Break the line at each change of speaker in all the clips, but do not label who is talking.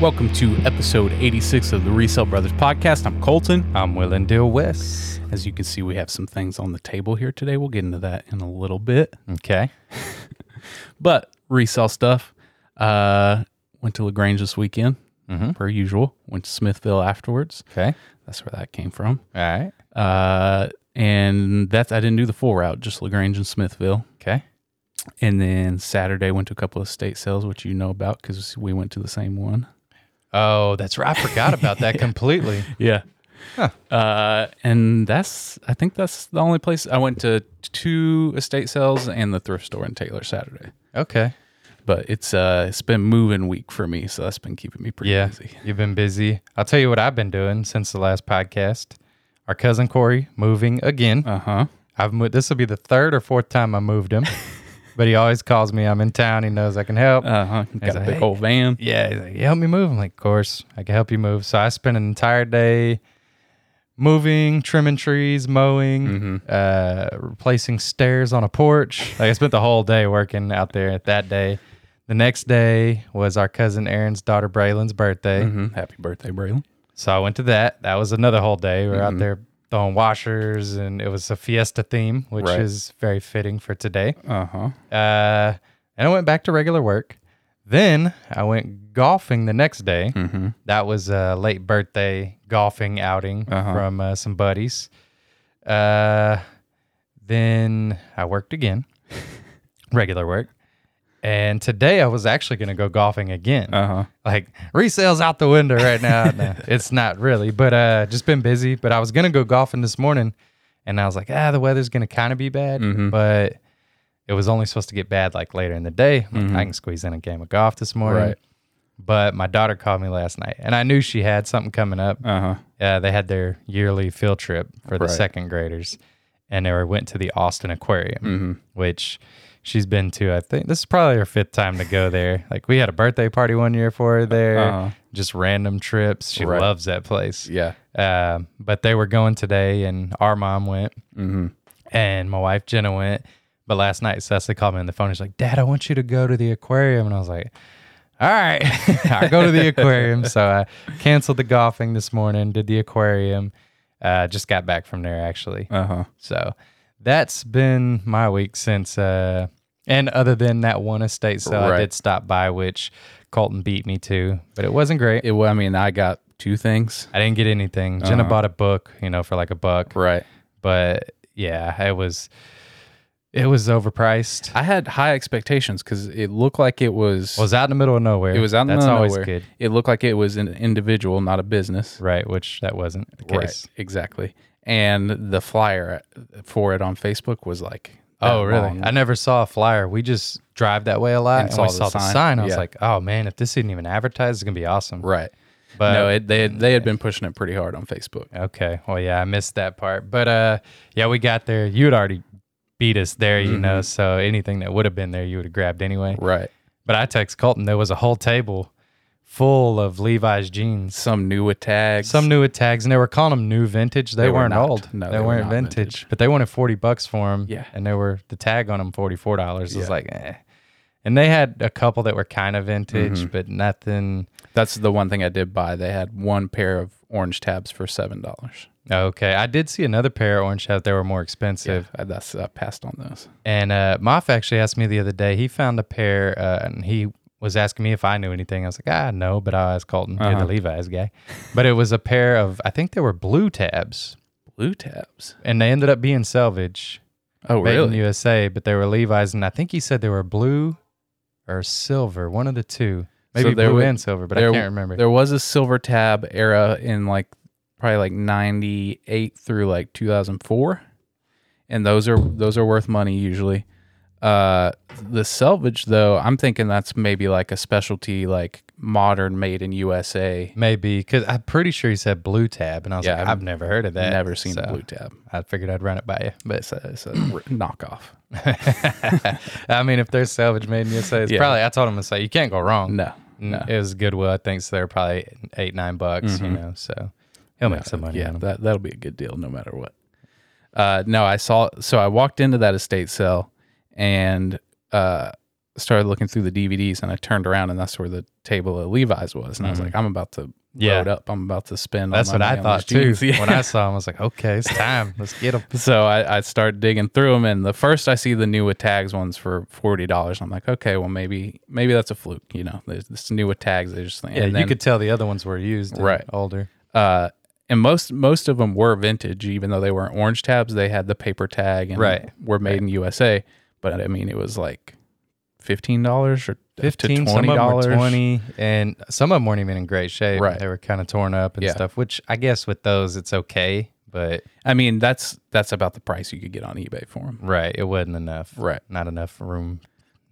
Welcome to episode 86 of the Resell Brothers podcast. I'm Colton.
I'm willing to Wes.
As you can see, we have some things on the table here today. We'll get into that in a little bit.
Okay.
But resell stuff. Uh, went to LaGrange this weekend, per usual. Went to Smithville afterwards.
Okay.
That's where that came from.
All right.
Uh, and that's, I didn't do the full route, just LaGrange and Smithville.
Okay.
And then Saturday, went to a couple of state sales, which you know about because we went to the same one.
Oh, that's right. I forgot about that completely.
Yeah.
Huh.
Uh, and that's I think that's the only place I went to two estate sales and the thrift store in Taylor Saturday.
Okay.
But it's uh it's been moving week for me, so that's been keeping me pretty
Yeah.
busy.
You've been busy. I'll tell you what I've been doing since the last podcast. Our cousin Corey moving again.
Uh huh.
I've moved. This will be the third or fourth time I moved him, but he always calls me. I'm in town. He knows I can help.
Uh huh. Got a
Uh-huh. like,
big
"Hey."
old van.
yeah. He's like, you help me move. I'm like, of course, I can help you move. So I spent an entire day moving, trimming trees, mowing, uh, replacing stairs on a porch. Like I spent the whole day working out there that day. The next day was our cousin Aaron's daughter Braylon's birthday.
Mhm. Happy birthday, Braylon.
So I went to that. That was another whole day. We were out there throwing washers and it was a fiesta theme, which
Right.
is very fitting for today.
Uh huh.
Uh, and I went back to regular work. Then I went golfing the next day. That was a late birthday golfing outing from uh, some buddies. Uh, then I worked again, regular work. And today I was actually going to go golfing again.
Uh huh.
Like resales out the window right now. No, it's not really, but uh, just been busy. But I was gonna go golfing this morning, and I was like, ah, the weather's gonna kind of be bad, but it was only supposed to get bad like later in the day. I'm like, I can squeeze in a game of golf this morning.
Right.
But my daughter called me last night, and I knew she had something coming up.
Uh huh.
Uh, they had their yearly field trip for the
Right.
second graders, and they were, went to the Austin Aquarium,
Mm-hmm.
which she's been to. I think this is probably her fifth time to go there. Like we had a birthday party one year for her there,
Uh-huh.
just random trips. She
Right.
loves that place.
Yeah.
Um, but they were going today, and our mom went, and my wife Jenna went. But last night, Cecily called me on the phone. She's like, "Dad, I want you to go to the aquarium," and I was like, "All right, I go to the aquarium." so I canceled the golfing this morning, did the aquarium. Uh, just got back from there actually.
Uh huh.
So that's been my week since. Uh, and other than that one estate sale,
Right.
I did stop by, which Colton beat me to, but it wasn't great.
It. Well, I mean, I got two things.
I didn't get anything. Jenna
Uh-huh.
bought a book, you know, for like a buck,
Right.
but yeah, it was it was overpriced.
I had high expectations because it looked like it was.
was out in the middle of nowhere.
it was out in the
That's
middle of
always
nowhere.
good,
It looked like it was an individual, not a business.
right? Which that wasn't the case.
Right, exactly. And the flyer for it on Facebook was like,
Oh,
that
really?
long.
I never saw a flyer. We just drive that way a lot, and,
saw
we
the
saw the
sign.
sign. I was
Yeah.
like, oh man, if this isn't even advertised, it's gonna be awesome.
Right.
But
no, it, they had, they had been pushing it pretty hard on Facebook.
Okay. Well, yeah, I missed that part. But uh yeah, we got there. You had already beat us there,
Mm-hmm.
you know. So anything that would have been there, you would have grabbed anyway.
Right.
But I text Colton. There was a whole table full of Levi's jeans.
Some new with tags.
Some new with tags, and they were calling them new vintage. They,
They were
weren't
not.
old.
No,
they,
they were
weren't
not
vintage,
vintage.
But they wanted forty bucks for them.
Yeah.
And they were the tag on them forty four dollars.
Yeah.
was like, eh. And they had a couple that were kind of vintage,
Mm-hmm.
but nothing.
That's the one thing I did buy. They had one pair of orange tabs for seven dollars.
Okay, I did see another pair of orange hats. They were more expensive.
That's I passed on those.
And uh, Moff actually asked me the other day. He found a pair, uh, and he was asking me if I knew anything. I was like, ah, no, but I was Colton, you're
Uh-huh.
the Levi's guy. but it was a pair of, I think they were blue tabs,
Blue tabs.
and they ended up being salvage,
Oh,
made in
really?
the USA. But they were Levi's, and I think he said they were blue or silver, one of the two,
So
maybe
there
blue
wa-
and silver, but I can't remember.
There was a silver tab era in like probably like 98 through like 2004. And those are those are worth money usually. Uh the selvage though, I'm thinking that's maybe like a specialty like modern made in USA.
Maybe because I'm pretty sure he said blue tab, and I was
Yeah,
like,
I've
I've, never heard of that.
Never seen
so
a blue tab.
I figured I'd run it by you, but
It's a, it's a r- knockoff.
I mean, if they're salvage made in USA, it's
Yeah.
probably. I told him to say you can't go wrong.
No. No. Mm-hmm.
it was Goodwill. I think so. They're probably eight nine bucks. You know, so he'll make some money.
Uh, Yeah,
on them.
that that'll be a good deal no matter what. Uh, no, I saw. So I walked into that estate sale, and uh, started looking through the DVDs and I turned around and that's where the table at Levi's was. And I was
Mhm.
like, I'm about to
Yeah.
load up. I'm about to spend. all
That's
my
what
money
I
on
thought
these
too.
jeans. Yeah.
When I saw him, I was like, okay, it's time. Let's get him.
so I, I start digging through them. And the first I see the new with tags ones for $40. I'm like, okay, well maybe, maybe that's a fluke. You know, there's this new with tags. They just,
Yeah,
and
you
then-
could tell the other ones were used, and
Right.
Older.
uh, and most most of them were vintage, even though they weren't orange tabs. They had the paper tag and
Right.
were made in USA. But I mean, it was like fifteen dollars or up to
Fifteen, some of them were twenty, and some of them weren't even in great shape.
Right.
They were kind of torn up and
Yeah.
stuff. Which I guess with those, it's okay, but
I mean, that's that's about the price you could get on eBay for them.
right, it wasn't enough.
Right.
not enough room.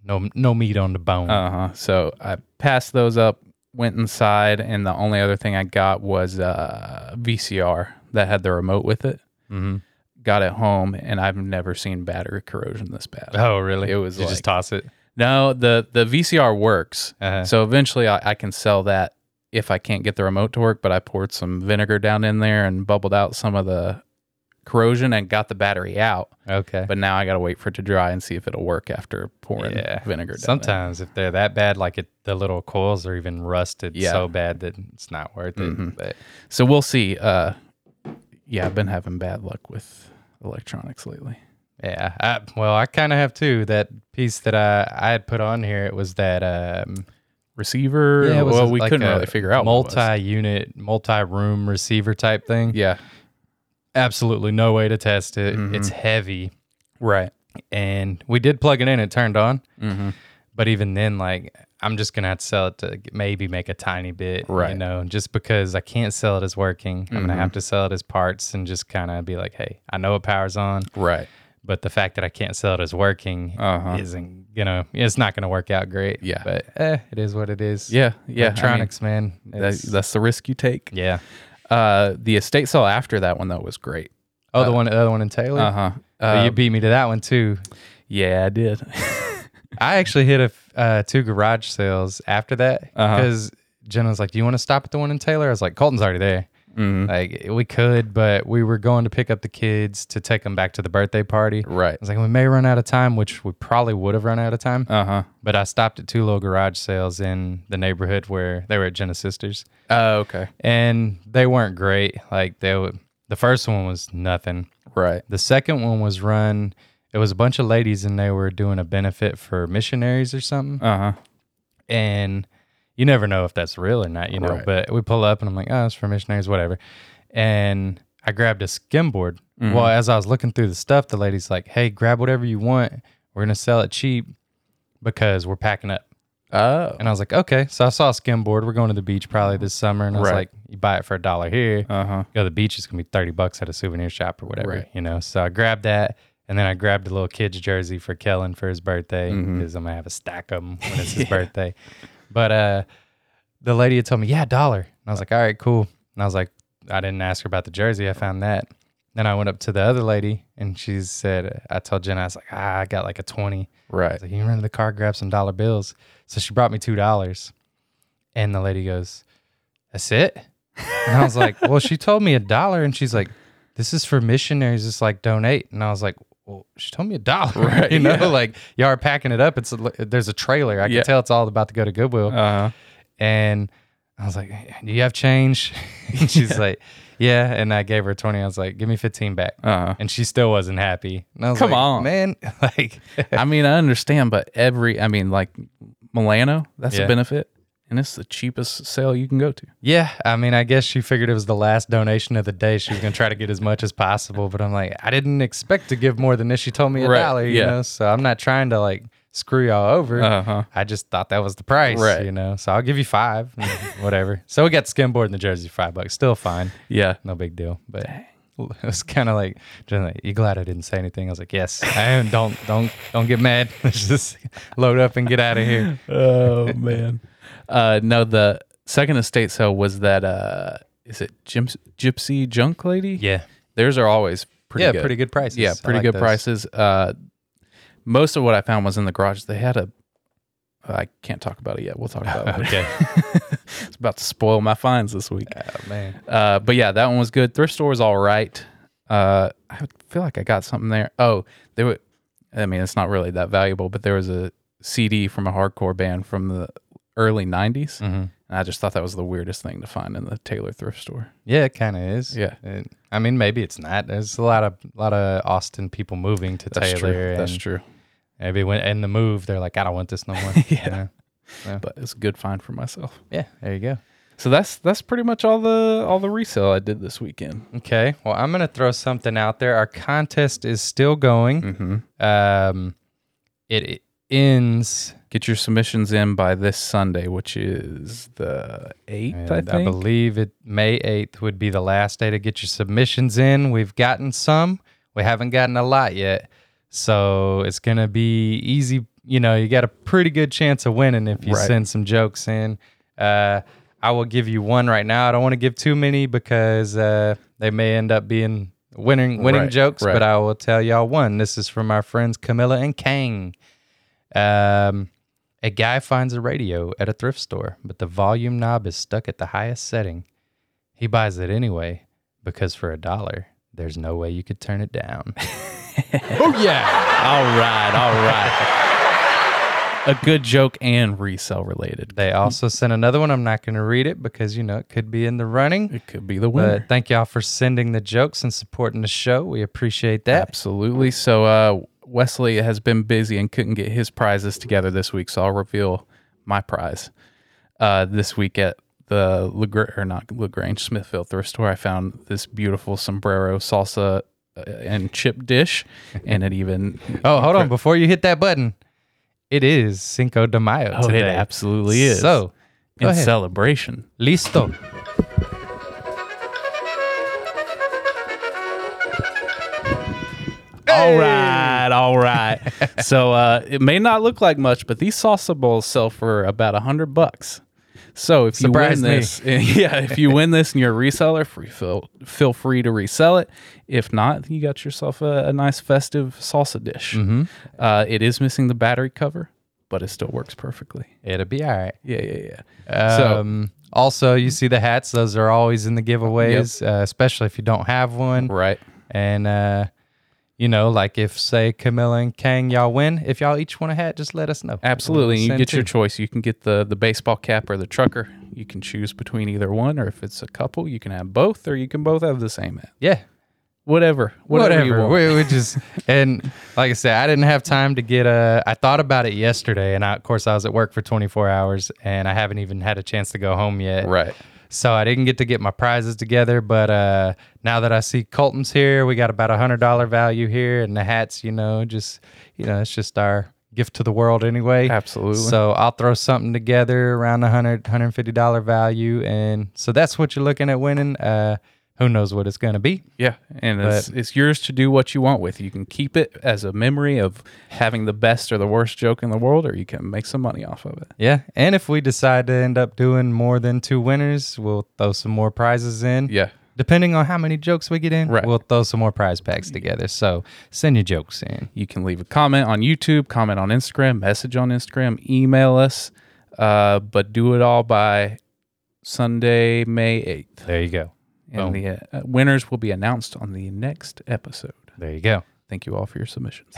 No, no meat on the bone.
Uh huh. So I passed those up, went inside, and the only other thing I got was uh, VCR that had the remote with it.
hmm
Got it home, and I've never seen battery corrosion this bad.
Oh, really?
It was
You
like-
just toss it.
No, the the VCR works.
Uh-huh.
So eventually I, I can sell that if I can't get the remote to work, but I poured some vinegar down in there and bubbled out some of the corrosion and got the battery out.
Okay.
But now I got to wait for it to dry and see if it'll work after pouring
Yeah.
vinegar down.
Sometimes if they're that bad, like it, the little coils are even rusted
Yeah.
so bad that it's not worth it.
Mhm.
But
there. So we'll see. Uh, yeah, I've been having bad luck with electronics lately.
yeah, I, well, I kind of have too. That piece that I I had put on here, it was that um,
Receiver.
yeah, it was
well,
a-
we
like
couldn't
a
really figure out. what it was.
multi-unit, multi-room receiver type thing.
Yeah.
Absolutely no way to test it.
Mhm.
It's heavy,
Right.
and we did plug it in. It turned on,
Mm-hmm.
but even then, like I'm just gonna have to sell it to g- maybe make a tiny bit,
Right. Mm-hmm.
You know, just because I can't sell it as working, I'm gonna have to sell it as parts and just kind of be like, hey, I know it powers on,
Right.
but the fact that I can't sell it as working
Uh-huh.
isn't gonna, it's not gonna work out great.
Yeah.
but eh, it is what it is.
Yeah. Yeah. I mean,
electronics, man.
that,
it's-
that's the risk you take.
yeah.
Uh, the estate sale after that one though was great.
Oh, the one, the other one in Taylor.
Uh, Uh-huh.
Oh,
Uh
you beat me to that one too.
Yeah, I did.
I actually hit a f- uh, two garage sales after that
Uh-huh.
because Jenna was like, "Do you want to stop at the one in Taylor?" I was like, "Colton's already there."
Mm-hmm.
Like we could, but we were going to pick up the kids to take them back to the birthday party. I
Right.
was like, we may run out of time, which we probably would have run out of time.
Uh huh.
But I stopped at two little garage sales in the neighborhood where they were at Jenna's sisters,
Oh, okay.
and they weren't great. Like they, were, the first one was nothing.
Right.
The second one was run. It was a bunch of ladies, and they were doing a benefit for missionaries or something.
Uh huh.
And you never know if that's real or not, you know.
Right.
But we pull up, and I'm like, oh, it's for missionaries, whatever. And I grabbed a skimboard.
Mm-hmm.
Well, as I was looking through the stuff, the lady's like, hey, grab whatever you want. We're gonna sell it cheap because we're packing up.
Oh.
And I was like, okay. So I saw a skimboard. We're going to the beach probably this summer. And I was
Right.
like, you buy it for a dollar here
Uh huh.
go to the beach, it's gonna be thirty bucks at a souvenir shop or whatever,
Right.
you know. So I grabbed that, and then I grabbed a little kid's jersey for Kellen for his birthday because
Mhm.
I'm gonna have a stack of them when it's his birthday. But uh, the lady had told me, yeah, a dollar, and I was like, all right, cool. And I was like, I didn't ask her about the jersey. I found that. Then I went up to the other lady, and she said, I told Jenna, I was like, ah, I got like a twenty. I
Right.
was like, you can run to the car, grab some dollar bills. So she brought me two dollars. And the lady goes, That's it? And I was like, Well, she told me a dollar. And she's like, This is for missionaries, just like donate. And I was like, Well, she told me a dollar.
Right,
you know,
yeah.
like y'all are packing it up. It's a, there's a trailer. I
Yeah.
can tell it's all about to go to Goodwill.
Uh huh.
And I was like, Do you have change? And she's like, Yeah. And I gave her 20. I was like, Give me 15 back.
Uh huh.
And she still wasn't happy. And I was
Come
like,
on.
Man, like
I mean, I understand, but every I mean, like Milano, that's
Yeah.
a benefit, and it's the cheapest sale you can go to.
Yeah, I mean, I guess she figured it was the last donation of the day. She was gonna try to get as much as possible, but I'm like, I didn't expect to give more than this. She told me a
Right,
dollar, you
yeah.
know. So I'm not trying to like screw y'all over.
huh.
I just thought that was the price,
Right.
you know. So I'll give you five, and whatever. So we got the skimboard and the jersey for five bucks, still fine,
Yeah.
no big deal. But it was kind of like, just like, you glad I didn't say anything? I was like, yes, I am. Don't don't don't get mad. Let's just load up and get out of here.
Oh man. uh, no, the second estate sale was that. Uh, is it Gyps- Gypsy Junk Lady?
Yeah,
Theirs are always pretty.
yeah,
good.
pretty good prices.
Yeah,
I
pretty
like
good
those.
prices. Uh, most of what I found was in the garage. They had a. I can't talk about it yet. We'll talk about it. later.
Okay,
it's about to spoil my finds this week.
oh, man.
Uh, but yeah, that one was good. Thrift store was all right. Uh, I feel like I got something there. Oh, they were. I mean, it's not really that valuable, but there was a CD from a hardcore band from the early 90s.
Mm-hmm.
And I just thought that was the weirdest thing to find in the Taylor thrift store.
Yeah, it kind of is.
Yeah.
It- I mean, maybe it's not. There's a lot of lot of Austin people moving to
That's
Taylor.
true.
And
That's true.
Maybe when in the move, they're like, I don't want this no more.
Yeah.
know?
But it's a good find for myself.
Yeah. There you go.
So that's that's pretty much all the all the resale I did this weekend.
Okay. Well, I'm gonna throw something out there. Our contest is still going.
Mm-hmm.
Um, it, it ends.
Get your submissions in by this Sunday, which is the eighth, I think.
and I believe it May 8th would be the last day to get your submissions in. We've gotten some. We haven't gotten a lot yet. So it's gonna be easy. You know, you got a pretty good chance of winning if you
Right.
send some jokes in. Uh, I will give you one right now. I don't want to give too many because uh, they may end up being winning winning
Right,
jokes.
right.
But I will tell y'all one. This is from our friends Camilla and Kang. Um, a guy finds a radio at a thrift store, but the volume knob is stuck at the highest setting. He buys it anyway because for a dollar, there's no way you could turn it down. oh yeah! All right, all right.
a good joke and resale related.
They also sent another one. I'm not going to read it because you know it could be in the running.
It could be the winner.
But thank y'all for sending the jokes and supporting the show. We appreciate that.
Absolutely. So uh, Wesley has been busy and couldn't get his prizes together this week, so I'll reveal my prize uh, this week at the Lagrange or not Lagrange Smithfield thrift store. I found this beautiful sombrero salsa uh, and chip dish, and it even
Oh, hold on! Before you hit that button, it is Cinco de Mayo
oh,
today.
it absolutely is.
So,
in
go ahead.
celebration,
listo.
All right, all right. so uh, it may not look like much, but these salsa bowls sell for about a hundred bucks. So if
Surprise
you
me.
win this, yeah, if you win this and you're a reseller, free feel feel free to resell it. If not, you got yourself a, a nice festive salsa dish.
Mm-hmm.
Uh, it is missing the battery cover, but it still works perfectly.
It'll be all right.
Yeah, yeah, yeah. So-
Um, also, you see the hats; those are always in the giveaways, uh, especially if you don't have one.
Right.
And uh, you know, like if say Camilla and Kang, y'all win. If y'all each want a hat, just let us know.
Absolutely. And you
Send
get your
two.
choice. You can get the the baseball cap or the trucker. You can choose between either one, or if it's a couple, you can have both, or you can both have the same hat.
yeah,
Whatever. Whatever,
whatever.
you want.
We, we just and like I said, I didn't have time to get a. I thought about it yesterday, and I, of course, I was at work for 24 hours, and I haven't even had a chance to go home yet.
Right.
So I didn't get to get my prizes together, but uh, now that I see Colton's here, we got about a hundred dollar value here, and the hats, you know, just you know, it's just our gift to the world anyway.
Absolutely.
So I'll throw something together around a hundred, hundred and fifty dollar value, and so that's what you're looking at winning. Uh, who knows what it's gonna be?
Yeah. And it's, it's yours to do what you want with. You can keep it as a memory of having the best or the worst joke in the world, or you can make some money off of it.
Yeah, and if we decide to end up doing more than two winners, we'll throw some more prizes in.
Yeah.
Depending on how many jokes we get in,
Right.
we'll throw some more prize packs together. So send your jokes in.
You can leave a comment on YouTube, comment on Instagram, message on Instagram, email us, uh, but do it all by Sunday, May 8th.
There you go.
And the uh, winners will be announced on the next episode.
There you go.
Thank you all for your submissions.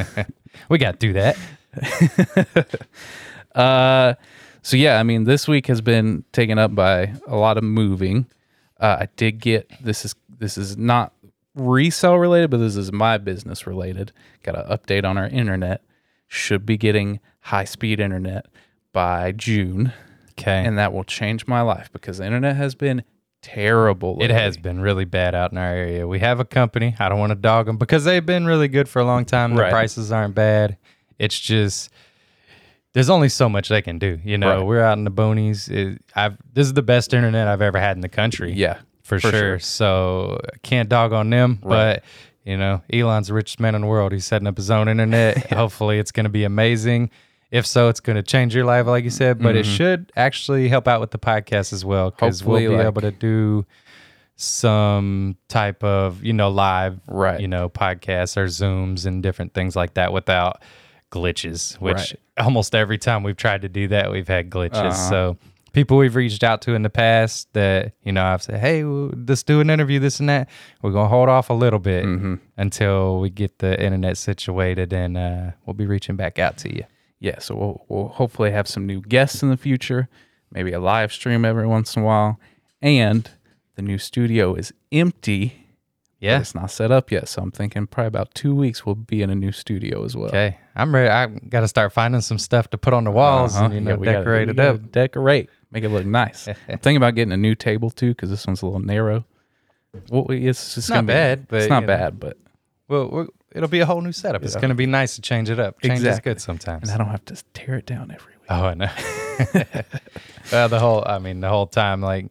we got through that.
Uh, so yeah, I mean, this week has been taken up by a lot of moving. Uh, I did get this is this is not resale related, but this is my business related. Got an update on our internet. Should be getting high speed internet by June,
Okay.
and that will change my life because the internet has been terrible.
it
lately.
has been really bad out in our area. We have a company. I don't want to dog them because they've been really good for a long time. The
Right.
prices aren't bad. It's just there's only so much they can do. You know,
Right.
we're out in the bonies. It, I've this is the best internet I've ever had in the country.
yeah.
for,
for
sure.
sure.
So can't dog on them, but you know, Elon's the richest man in the world. He's setting up his own internet. Hopefully, it's going to be amazing. If so, it's going to change your life, like you said. But it
Mm-hmm.
should actually help out with the podcast as well, because we'll be
Hopefully, like-
able to do some type of you know live,
Right.
You know, podcasts or zooms and different things like that without glitches. Which
Right. Uh-huh.
almost every time we've tried to do that, we've had glitches. So people we've reached out to in the past that you know I've said, hey, w- let's do an interview, this and that. We're gonna hold off a little bit
Mm-hmm.
until we get the internet situated, and uh, we'll be reaching back out to you.
yeah, so we'll, we'll hopefully have some new guests in the future, maybe a live stream every once in a while. And the new studio is empty. but
Yeah.
It's not set up yet. So I'm thinking probably about two weeks we'll be in a new studio as well.
Okay. I'm ready. I got to start finding some stuff to put on the walls
Uh-huh.
and, you know,
Yeah, we gotta-
decorate
we
it up.
gotta Decorate. Make it look nice. I'm thinking about getting a new table too, because this one's a little narrow. Well, we- it's just
not
gonna be-
bad, but,
it's not
you know.
bad, but
Well, we're- it'll be a whole new setup. It's
Yeah.
going to be nice to change it up. Change
Exactly.
is good sometimes.
and I don't have to tear it down every week.
Oh, I know. well, the whole, I mean, the whole time, like,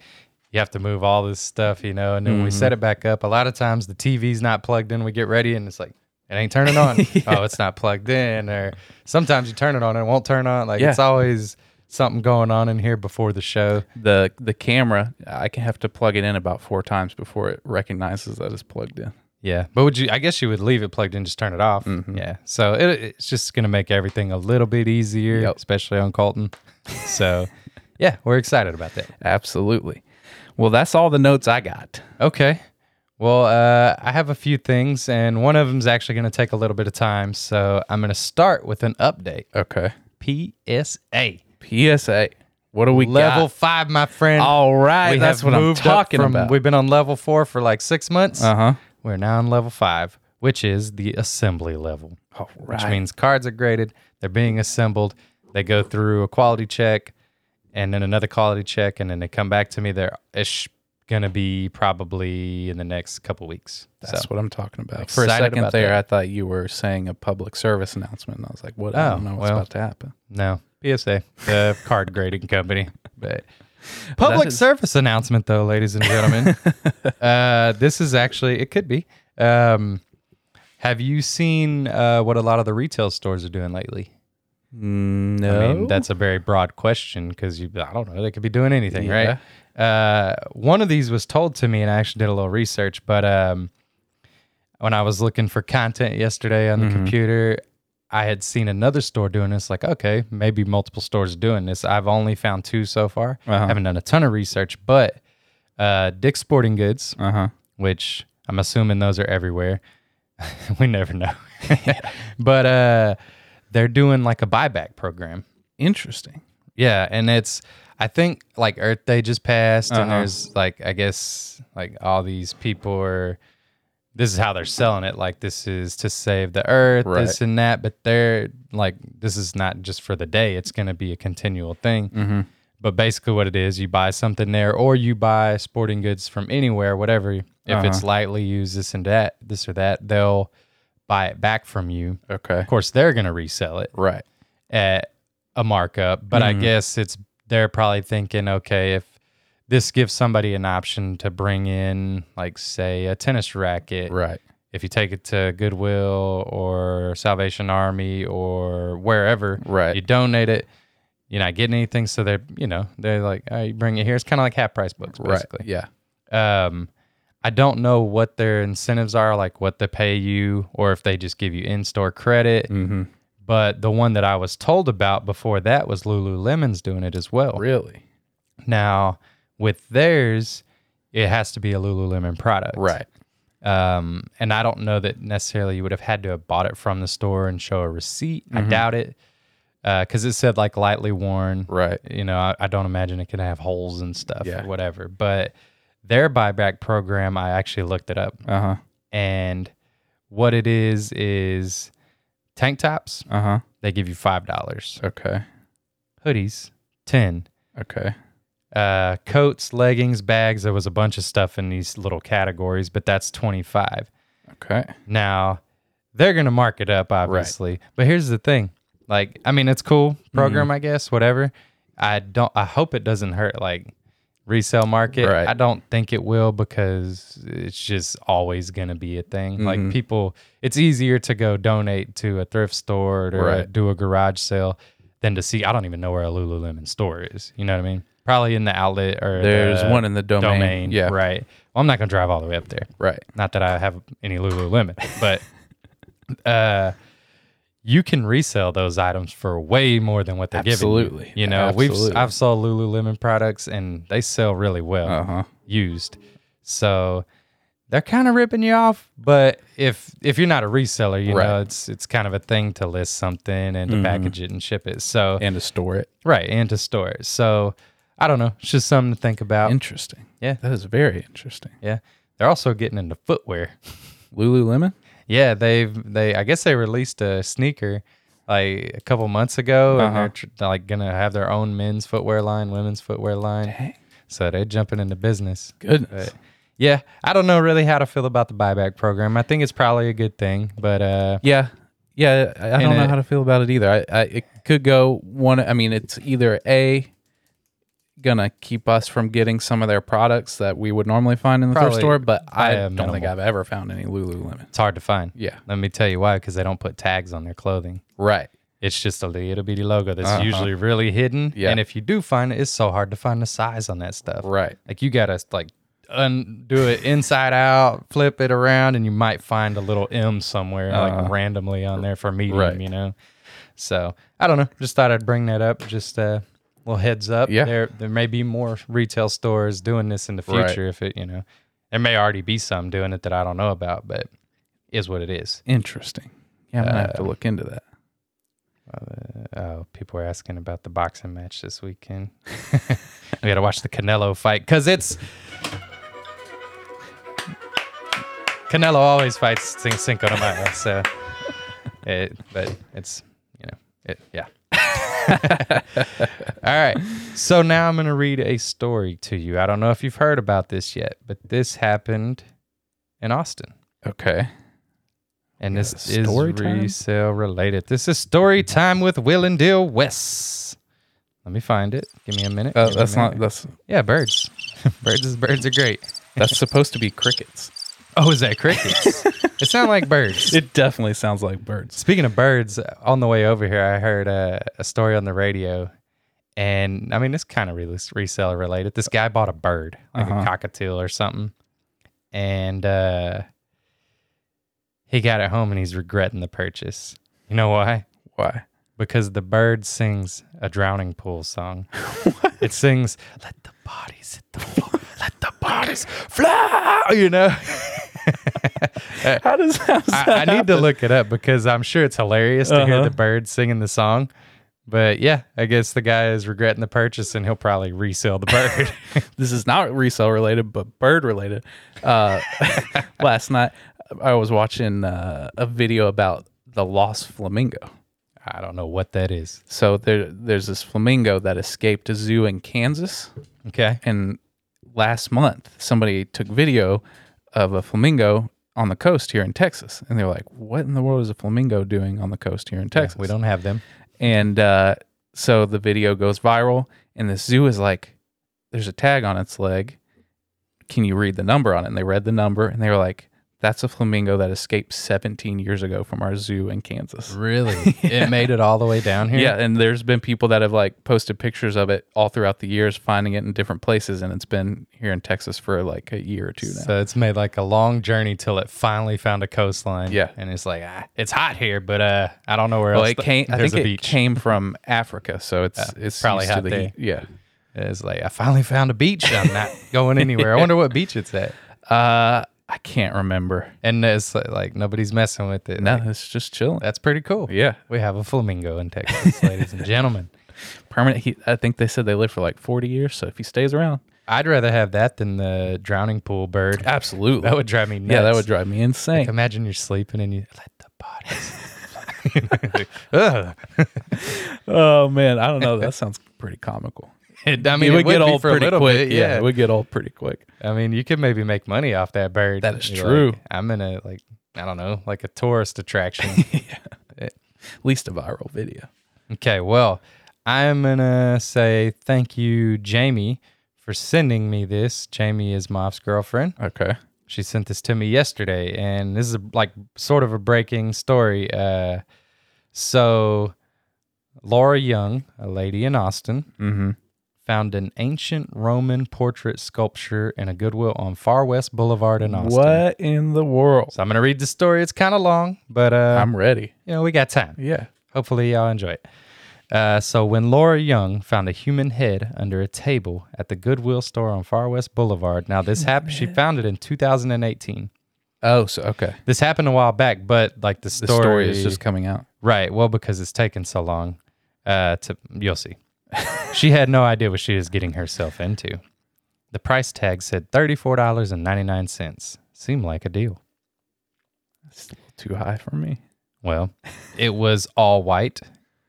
you have to move all this stuff, you know, and then when we set it back up. A lot of times the TV's not plugged in. We get ready and it's like, it ain't turning on. Oh, it's not plugged in. Or sometimes you turn it on and it won't turn on. Like,
Yeah.
it's always something going on in here before the show.
The the camera, I can have to plug it in about four times before it recognizes that it's plugged in.
Yeah. But would you, I guess you would leave it plugged in, just turn it off. Yeah. So it, it's just going to make everything a little bit easier,
Yep.
especially on Colton. so, yeah, we're excited about that.
Absolutely. Well, that's all the notes I got.
Okay. Well, uh, I have a few things, and one of them's actually going to take a little bit of time. So I'm going to start with an update.
Okay.
PSA
PSA. What do we
level
got?
five, my friend.
All right,
We
that's
have
what I'm
moved up
talking
from-
about.
We've been on level four for like six months.
Uh huh.
We're now on level five, which is the assembly level,
All
which
right.
means cards are graded, they're being assembled, they go through a quality check, and then another quality check, and then they come back to me. They're ish going to be probably in the next couple weeks.
That's what I'm talking about. For
Excited
a second
about
there,
that.
I thought you were saying a public service announcement. And I was like, what? I
Oh,
don't know what's
well.
about to happen.
No, PSA, the card grading company. But public
is-
service announcement, though, ladies and gentlemen. uh, this is actually it could be. Um, have you seen uh, what a lot of the retail stores are doing lately?
Mm, No.
I mean, that's a very broad question because you, I don't know, they could be doing anything,
Yeah.
right? Uh, one of these was told to me, and I actually did a little research, but um, when I was looking for content yesterday
Mm-hmm.
on the computer, I had seen another store doing this. Like, okay, maybe multiple stores doing this. I've only found two so far.
Uh-huh.
I haven't done a ton of research, but uh, Dick's Sporting Goods,
Uh huh.
which I'm assuming those are everywhere. we never know. but uh, they're doing like a buyback program.
Interesting.
Yeah, and it's I think like Earth Day just passed, and there's like I guess like all these people are. This is how they're selling it. Like this is to save the Earth, this
Right.
and that. But they're like this is not just for the day. It's going to be a continual thing. But basically, what it is, you buy something there, or you buy sporting goods from anywhere, whatever. If it's lightly used, this and that, this or that, they'll buy it back from you.
Okay.
Of course, they're going to resell it
Right.
at a markup, but I
Mm-hmm.
guess it's they're probably thinking, okay, if this gives somebody an option to bring in, like, say, a tennis racket,
Right.
if you take it to Goodwill or Salvation Army or wherever,
Right.
you donate it, you're not getting anything. So they're, you know, they're like, all right, bring it here. It's kind of like half price books,
Right.
basically.
Yeah.
Um, I don't know what their incentives are, like what they pay you, or if they just give you in store credit.
Mm-hmm.
But the one that I was told about before that was Lululemon's doing it as well.
Really?
Now, with theirs, it has to be a Lululemon product.
Right.
Um, and I don't know that necessarily you would have had to have bought it from the store and show a receipt.
Mm-hmm.
I doubt it. Because it said like lightly worn.
Right.
You know, I, I don't imagine it could have holes and stuff
Yeah.
or whatever. But their buyback program, I actually looked it up.
Uh huh.
And what it is, is tank tops,
Uh huh.
they give you $5.
Okay.
hoodies, 10.
Okay.
Uh, coats, leggings, bags. There was a bunch of stuff in these little categories, but that's 25.
Okay.
Now, they're going to mark it up, obviously. But here's the thing like, I mean, it's cool program,
Mm-hmm.
I guess, whatever. I don't, I hope it doesn't hurt like resale market.
Right.
I don't think it will because it's just always going to be a thing.
Mm-hmm.
Like, people, it's easier to go donate to a thrift store or
Right.
do a garage sale than to see. I don't even know where a Lululemon store is. You know what I mean? Probably in the outlet or
There's
the
one in the Uh, domain.
domain.
Yeah. Right.
Right. Well, I'm not going to drive all the way up there
Right.
not that I have any Lululemon, but uh, you can resell those items for way more than what they're giving.
Absolutely.
you. You know,
Absolutely.
we've I've sold
Uh-huh.
Lululemon products and they sell really well
Uh huh.
used. So they're kind of ripping you off. But if if you're not a reseller, you know
Right. Mm-hmm.
it's it's kind of a thing to list something and to package it and ship it. So
and to store it.
right and to store it. So I don't know. It's just something to think
Oh.
about.
Interesting.
Yeah.
that is very interesting.
yeah, they're also getting into footwear.
Lululemon.
Yeah, they've they I guess they released a sneaker like a couple months ago, and
Uh-huh.
they're, tr- they're like gonna have their own men's footwear line, women's footwear line.
Dang.
So they're jumping into business.
Goodness.
Yeah, I don't know really how to feel about the buyback program. I think it's probably a good thing, but uh,
Yeah, yeah. I, I don't know
it-
how to feel about it either. I, I it could go one. I mean, it's either a gonna keep us from getting some of their products that we would normally find in the
Probably
thrift store, but I
by a
don't think
minimal.
I've ever found any Lululemon.
it's hard to find.
Yeah,
Let me tell you why, because they don't put tags on their clothing.
right.
It's just a little bitty logo that's usually really hidden.
Uh-huh. Yeah.
And if you do find it, it's so hard to find the size on that stuff.
Right.
Like you gotta like undo it inside out, flip it around, and you might find a little M somewhere, like randomly on there for medium.
Uh-huh. Right.
You know. So I don't know. Just thought I'd bring that up. Just a little heads up.
Yeah.
There there may be more retail stores doing this in the
Right.
future. If it you know, there may already be some doing it that I don't know about, but is what it is.
Interesting. Yeah, I'm gonna have to look into that.
Oh, people are asking about the boxing match this weekend. we got to watch the Canelo fight because it's. Canelo always fights Cin- Cinco de Mayo, so. It, but it's, you know, it, yeah. All right. So now I'm going to read a story to you. I don't know if you've heard about this yet, but this happened in Austin.
Okay.
And
Yeah,
this is
story time?
resale related. This is story time with Will and Deal West. Let me find it. Give me a minute.
Uh,
Give me a
that's not.
minute.
That's
Yeah, birds. birds is birds are great.
that's supposed to be crickets.
Oh, is that crickets? it sounds like birds.
It definitely sounds like birds.
Speaking of birds, on the way over here, I heard uh, a story on the radio, and I mean, it's kind of re- reseller related. This guy bought a bird, like a cockatiel or something, and uh, he got it home and he's regretting the purchase. You know why?
Why?
because the bird sings a drowning pool song. It sings, "Let the bodies hit the floor, let the bodies fly." You know,
How does that?
I, I need to look it up because I'm sure it's hilarious to hear
Uh-huh.
the bird singing the song. But yeah, I guess the guy is regretting the purchase and he'll probably resell the bird.
this is not resale related, but bird related. Uh, last night, I was watching uh, a video about the lost flamingo.
I don't know what that is.
So there, there's this flamingo that escaped a zoo in Kansas,
Okay.
and last month somebody took video of a flamingo on the coast here in Texas, and they were like, "What in the world is a flamingo doing on the coast here in Texas?"
We don't have them.
And uh, so the video goes viral, and this zoo is like, there's a tag on its leg. Can you read the number on it? And they read the number, and they were like, that's a flamingo that escaped 17 years ago from our zoo in Kansas.
Really? It made it all the way down here?
Yeah, and there's been people that have like posted pictures of it all throughout the years, finding it in different places, and it's been here in Texas for like a year or two now.
So it's made like a long journey till it finally found a coastline.
Yeah.
and it's like ah, it's hot here, but uh, I don't know where
well,
else.
it
th-
came. I
there's
think
a
it
beach.
came from Africa, so it's it's
probably
used to
hot
the
there.
heat. Yeah,
It's like I finally found a beach. I'm not going anywhere. I wonder what beach it's at.
uh, I can't remember.
And it's like, like nobody's messing with it.
No,
Like,
it's just chilling.
that's pretty cool.
Yeah,
we have a flamingo in Texas, ladies and gentlemen.
permanent heat. I think they said they live for like 40 years. So if he stays around,
I'd rather have that than the drowning pool bird.
absolutely.
That would drive me nuts.
Oh. yeah, that would drive me insane.
Imagine you're sleeping and you let the bodies. Ugh.
oh man, I don't know. That sounds pretty comical.
It, I
It
mean, it
would,
would
get
be
old
for a
pretty
little
quick.
bit,
yeah.
yeah.
it would get old pretty quick.
I mean, you could maybe make money off that bird.
That is
You're
true.
like, I'm in a like I don't know, like a tourist attraction.
At least a viral video.
okay, well, I'm gonna say thank you, Jamie, for sending me this. Jamie is Moff's girlfriend.
Okay.
She sent this to me yesterday, and this is a, like sort of a breaking story. Uh, so, Laura Young, a lady in Austin,
Mm-hmm.
found an ancient Roman portrait sculpture in a Goodwill on Far West Boulevard in Austin.
What in the world?
So I'm gonna read the story. It's kind of long, but uh,
I'm ready.
you know we got time.
Yeah.
Hopefully y'all enjoy it. Uh, so when Laura Young found a human head under a table at the Goodwill store on Far West Boulevard, now this happened. She found it in 2018.
Oh, so okay.
This happened a while back, but like the
The
story,
story, is just coming out.
right. Well, because it's taken so long, uh, to you'll see. she had no idea what she was getting herself into. The price tag said thirty-four dollars and ninety-nine cents. Seemed like a deal.
It's a little too high for me.
Well, it was all white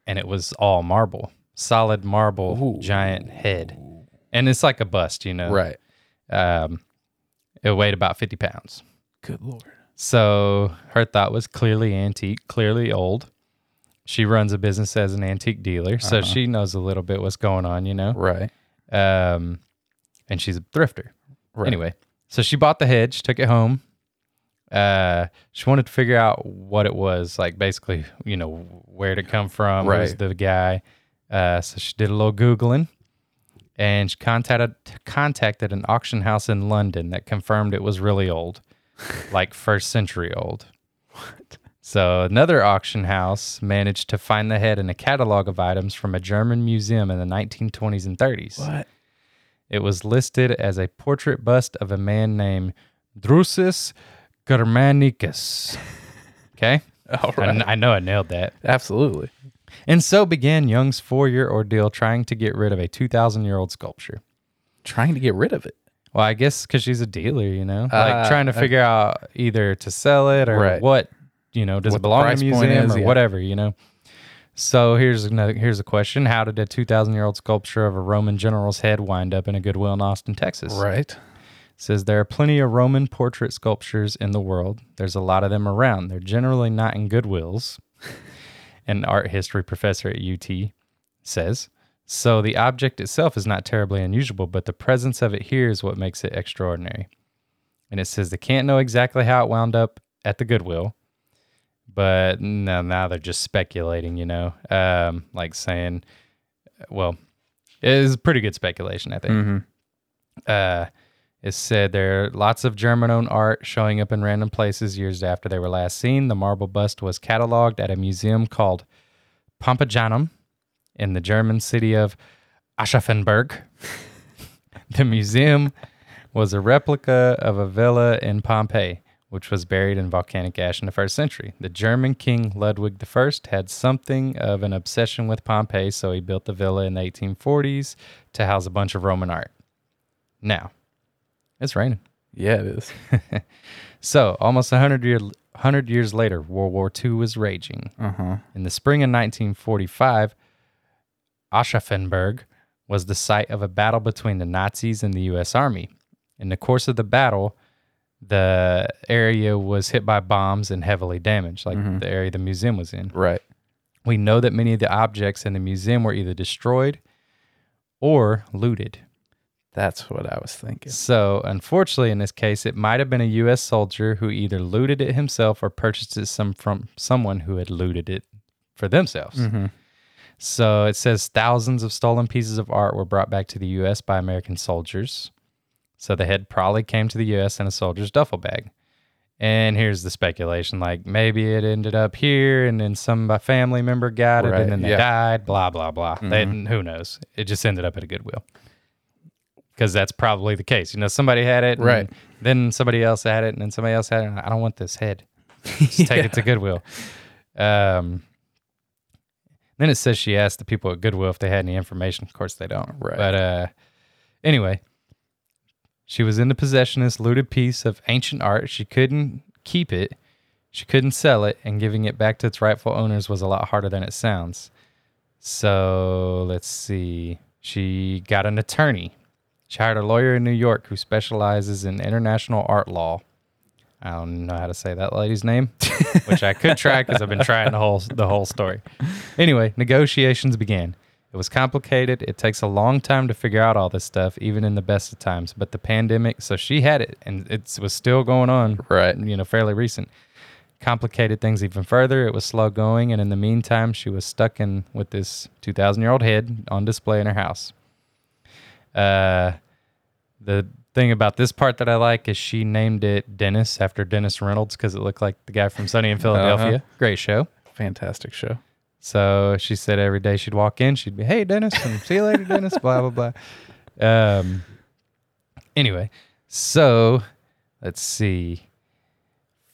and it was all marble, solid marble,
Ooh.
giant head. And it's like a bust, you know?
Right.
Um, it weighed about 50 pounds.
Good lord.
So her thought was clearly antique, clearly old. She runs a business as an antique dealer, so she knows a little bit what's going on, you know?
Right.
Um, and she's a thrifter.
Right.
Anyway, so she bought the head, she took it home. Uh, she wanted to figure out what it was, like basically, you know, where to come from, who's
Right.
the guy. Uh, so she did a little googling, and she contacted contacted an auction house in London that confirmed it was really old, like first century old. So another auction house managed to find the head in a catalog of items from a German museum in the 1920s and 30s.
What?
It was listed as a portrait bust of a man named Drusus Germanicus. Okay?
All
I,
right.
kn- I know I nailed that.
Absolutely.
And so began Young's four year ordeal trying to get rid of a 2,000 year old sculpture.
Trying to get rid of it.
Well, I guess because she's a dealer, you know? Like
Ah,
trying to
okay.
figure out either to sell it or
Right.
what, you know, does
What
it
the
belong
price
in a
point
museum
is,
or
yeah.
whatever, you know? So here's another, here's a question. How did a 2,000 year old sculpture of a Roman general's head wind up in a Goodwill in Austin, Texas?
Right.
says there are plenty of Roman portrait sculptures in the world. There's a lot of them around. They're generally not in Goodwills. An art history professor at UT says. So the object itself is not terribly unusual, but the presence of it here is what makes it extraordinary. And it says they can't know exactly how it wound up at the Goodwill, but no, now they're just speculating, you know, um, like saying, uh, well, it is pretty good speculation, I think
Mm-hmm.
uh, it said there are lots of German owned art showing up in random places years after they were last seen. The marble bust was cataloged at a museum called Pompajanum in the German city of Aschaffenburg. the museum was a replica of a villa in Pompeii, which was buried in volcanic ash in the first century. The German king Ludwig I had something of an obsession with Pompeii, so he built the villa in the 1840s to house a bunch of Roman art. Now, it's raining.
Yeah, it is.
So, almost 100, year, 100 years later, World War II was raging.
Uh huh.
In the spring of 1945, Aschaffenburg was the site of a battle between the Nazis and the U.S. Army. In the course of the battle, the area was hit by bombs and heavily damaged, like the area the museum was in.
Right.
We know that many of the objects in the museum were either destroyed or looted.
That's what I was thinking.
So, unfortunately, in this case, it might have been a U.S. soldier who either looted it himself or purchased it some from someone who had looted it for themselves.
Mm-hmm.
So it says thousands of stolen pieces of art were brought back to the U.S. by American soldiers. So the head probably came to the U.S. in a soldier's duffel bag. And here's the speculation like maybe it ended up here and then some my family member got it
Right,
and then they
yeah. Mm-hmm.
died, blah, blah, blah. They, who knows? It just ended up at a Goodwill. Because that's probably the case. You know, somebody had it, and
Right.
Then somebody else had it, and then somebody else had it. and I don't want this head. Just take it to Goodwill. Um, then it says she asked the people at Goodwill if they had any information. Of course, they don't.
Right.
But uh, anyway, she was in the possession of this looted piece of ancient art. She couldn't keep it. She couldn't sell it, and giving it back to its rightful owners was a lot harder than it sounds. So let's see. She got an attorney. She hired a lawyer in New York who specializes in international art law. I don't know how to say that lady's name, which I could try because I've been trying the whole the whole story. Anyway, negotiations began. It was complicated. It takes a long time to figure out all this stuff, even in the best of times. But the pandemic, so she had it, and it was still going on.
Right.
uh, You know, fairly recent. Complicated things even further. It was slow going, and in the meantime, she was stuck in with this two thousand year old head on display in her house. Uh, the thing about this part that I like is she named it Dennis after Dennis Reynolds because it looked like the guy from Sunny in Philadelphia. Great show.
Fantastic show.
So she said every day she'd walk in, she'd be, "Hey, Dennis, and see you later, Dennis." Blah blah blah. Um. Anyway, so let's see.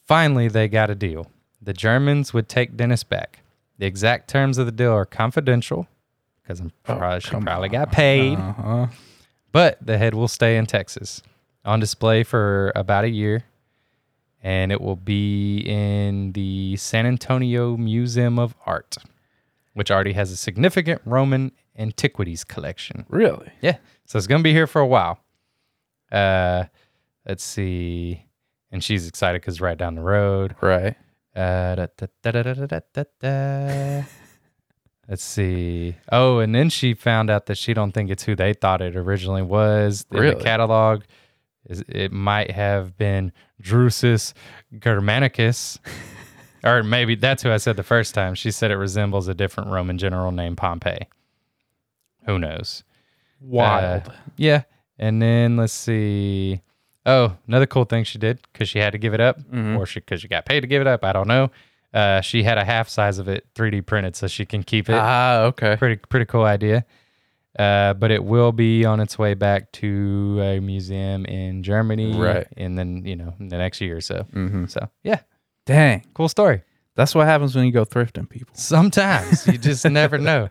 Finally, they got a deal. The Germans would take Dennis back. The exact terms of the deal are confidential because I'm
Oh,
probably, she
come
probably got paid,
Uh-huh.
but the head will stay in Texas on display for about a year. And it will be in the San Antonio Museum of Art, which already has a significant Roman antiquities collection.
Really?
Yeah. So it's gonna be here for a while. Uh let's see. And she's excited because right down the road.
Right.
Uh, da, da, da, da, da, da, da, da, da. Let's see. Oh, and then she found out that she don't think it's who they thought it originally was. In
Really?
the catalog, is it might have been Drusus Germanicus, or maybe that's who I said the first time. She said it resembles a different Roman general named Pompey. Who knows?
Wild.
Uh, Yeah. And then let's see. Oh, another cool thing she did because she had to give it up,
Mhm.
or she because she got paid to give it up. I don't know. Uh, she had a half size of it 3D printed so she can keep it.
ah, okay.
Pretty pretty cool idea. Uh, but it will be on its way back to a museum in Germany,
Right.
And then you know in the next year or so.
Mm-hmm.
So yeah,
Dang.
cool story.
That's what happens when you go thrifting, people.
Sometimes you just never know.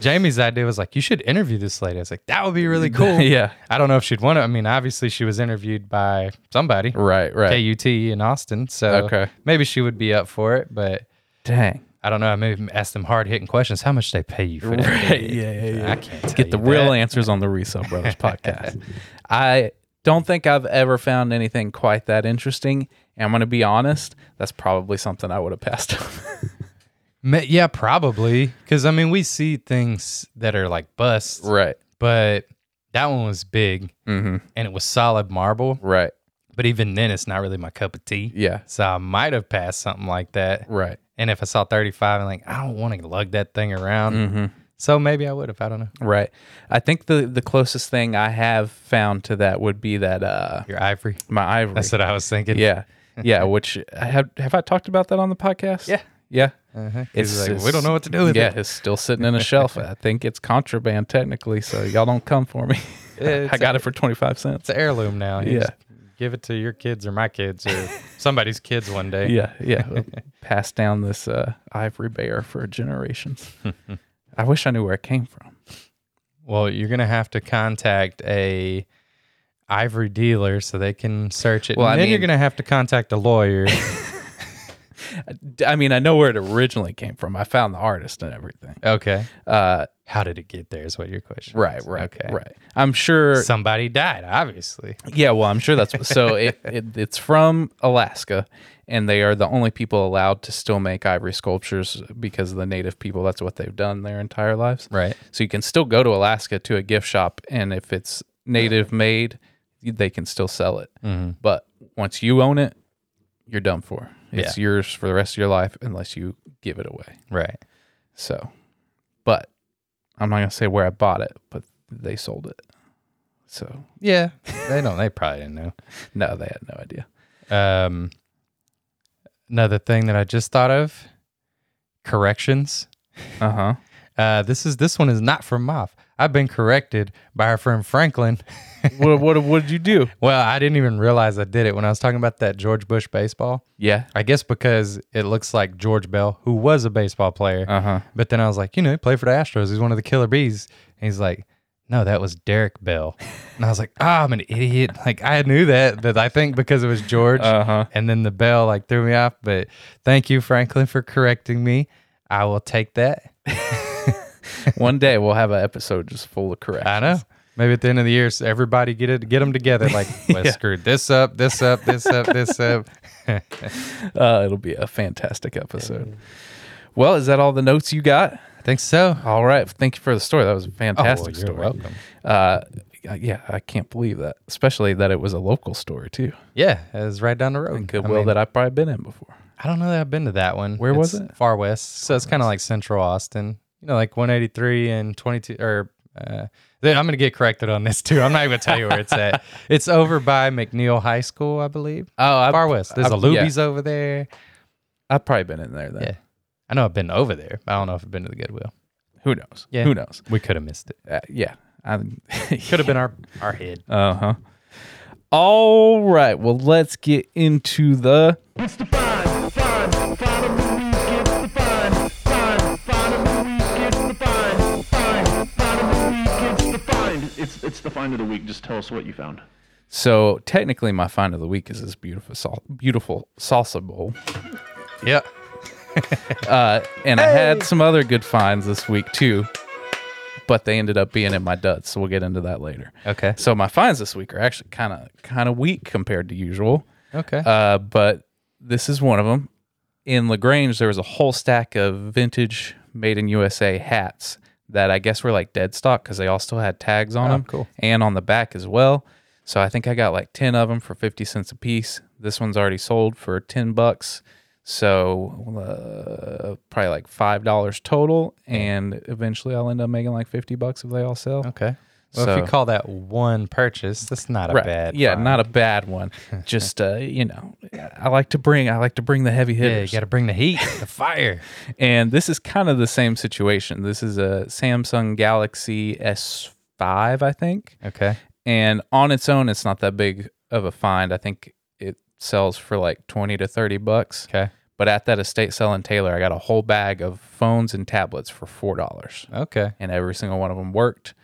Jamie's idea was like, you should interview this lady. I was like, that would be really cool.
yeah.
I don't know if she'd want to. I mean, obviously she was interviewed by somebody,
Right, right.
KUT in Austin, so
Okay.
maybe she would be up for it. But
Dang.
I don't know. I maybe ask them hard hitting questions. How much they pay you for that?
Yeah, yeah,
I can't tell
Get the
you
real
that.
answers on the Resale Brothers podcast. I don't think I've ever found anything quite that interesting. And I'm going to be honest, that's probably something I would have passed up.
Ma- Yeah, probably. Because I mean, we see things that are like busts,
right.
but that one was big
Mm-hmm.
and it was solid marble.
Right.
But even then, it's not really my cup of tea.
Yeah.
So I might have passed something like that.
Right.
And if I saw 35 and like, I don't want to lug that thing around.
Mm-hmm.
So maybe I would have. I don't know.
Right. I think the the closest thing I have found to that would be that uh
Your ivory.
my ivory.
That's what I was thinking.
yeah. Yeah, which I have have I talked about that on the podcast?
Yeah.
Yeah.
Uh-huh.
It's-
It's like,
it's-
we don't know what to do with
yeah,
it.
it's still sitting in a shelf. I think it's contraband technically, so y'all don't come for me.
Yeah,
I got it for 25 cents.
It's an heirloom now. You
Yeah.
just Give it to your kids or my kids or somebody's kids one day.
Yeah, yeah. Pass down this uh, ivory bear for generations. I wish I knew where it came from.
Well, you're going to have to contact a ivory dealer so they can search it.
Well,
and
I
then you're
mean-
going to have to contact a lawyer.
D- I mean, I know where it originally came from. I found the artist and everything.
okay.
Uh,
How did it get there is what your question
right,
is.
right, Er
Okay.
right. I'm sure.
Somebody died, obviously.
Yeah, well, I'm sure that's so. It, it it's from Alaska, and they are the only people allowed to still make ivory sculptures because of the native people. That's what they've done their entire lives.
Right.
So you can still go to Alaska to a gift shop, and if it's native made, they can still sell it.
Mhm.
But once you own it, you're done for. It's yours for the rest of your life unless you give it away.
Right.
So, but I'm not gonna say where I bought it, but they sold it. So
Yeah. They don't, they probably didn't know.
no, they had no idea.
Um, another thing that I just thought of corrections.
Uh huh.
Uh, this is this one is not from Moff. I've been corrected by our friend Franklin.
what what what did you do?
well, I didn't even realize I did it when I was talking about that George Bush baseball.
Yeah.
I guess because it looks like George Bell, who was a baseball player,
Uh huh.
but then I was like, you know, he played for the Astros. He's one of the killer bees. And he's like, no, that was Derek Bell. And I was like, ah, I'm an idiot. Like I knew that, but I think because it was George,
huh.
and then the bell like threw me off. But thank you, Franklin, for correcting me. I will take that.
One day we'll have an episode just full of corrections.
I know. Maybe at the end of the year, so everybody get it, get them together. Like, well, screwed this up, this up, this up, this up.
Uh, it'll be a fantastic episode. Well, is that all the notes you got?
I think so.
All right. Oh, Thank you for the story. That was a fantastic
Oh, you're
story.
welcome.
Uh, yeah, I can't believe that, especially that it was a local story too.
Yeah, it was right down the road.
And Goodwill
I, mean,
that I've probably been in before.
I don't know that I've been to that one.
Where was
It's
it?
Far west. So it's kind of like central Austin. You know, like 183 and 22, or uh, then I'm going to get corrected on this too. I'm not even going to tell you where it's at. It's over by McNeil High School, I believe.
Oh, I've,
Far West. There's
I-
a Luby's over there.
I've probably been in there then.
Yeah. I know I've been over there. I don't know if I've been to the Goodwill.
Who knows?
Yeah.
Who knows?
We could have missed it.
Uh, yeah.
Could have been our our head.
Uh huh. All right. Well, let's get into the.
It's the fine, fine, fine of the week. It's the fine, fine, fine of the week. It's the fine, fine, fine of the week. It's the find. It's it's the find of the week. Just tell us what you found.
So technically, my find of the week is this beautiful, sal- beautiful salsa bowl,
Yeah.
and I had some other good finds this week too, but they ended up being in my duds. So we'll get into that later.
Okay.
So my finds this week are actually kind of kind of weak compared to usual.
Okay.
Uh, but this is one of them. In Lagrange, there was a whole stack of vintage made in USA hats that I guess were like dead stock because they all still had tags on
Oh,
them,
cool.
and on the back as well. So I think I got like ten of them for fifty cents a piece. This one's already sold for ten bucks, so uh, probably like five dollars total. And eventually, I'll end up making like fifty bucks if they all sell.
okay. Well, if
so-
you call that one purchase, that's not a
Right.
bad.
yeah, not a bad one. Just uh, you know, I like to bring I like to bring the heavy
Yeah, you
hitters.
got to bring the heat, the fire.
And this is kind of the same situation. This is a Samsung Galaxy S5, I think.
Okay.
And on its own, it's not that big of a find. I think it sells for like 20 to 30 bucks.
Okay.
But at that estate sale in Taylor, I got a whole bag of phones and tablets for $4.
Okay.
And every single one of them worked.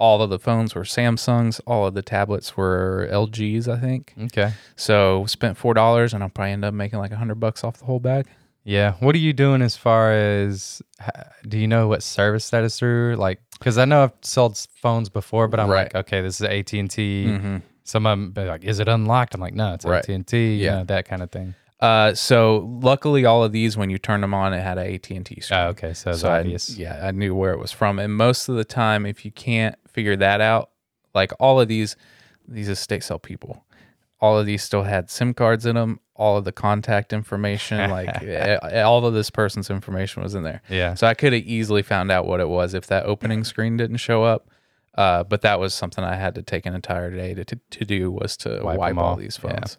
All of the phones were Samsungs, all of the tablets were LGs, I think.
Okay.
So spent $4 and I'll probably end up making like 100 bucks off the whole bag.
Yeah. What are you doing as far as h- do you know what service that is through? Like, because I know I've sold s- phones before, but I'm like,
Right. Mm-hmm.
okay, this is AT and T. Some of them be like, is it unlocked? I'm like, no, it's
Right.
AT and T.
Yeah.
Yeah, that kind of thing.
Uh, so luckily, all of these when you turned them on, it had an AT and T screen.
Oh, okay, so it's
so I,
obvious.
yeah, I knew where it was from. And most of the time, if you can't figure that out, like all of these, these estate sale people, all of these still had SIM cards in them. All of the contact information, like eh, eh, all of this person's information, was in there.
Yeah.
So I could have easily found out what it was if that opening screen didn't show up. Uh, but that was something I had to take an entire day to, to, to do was to wipe,
'em
all.
all.
these
Yeah.
phones.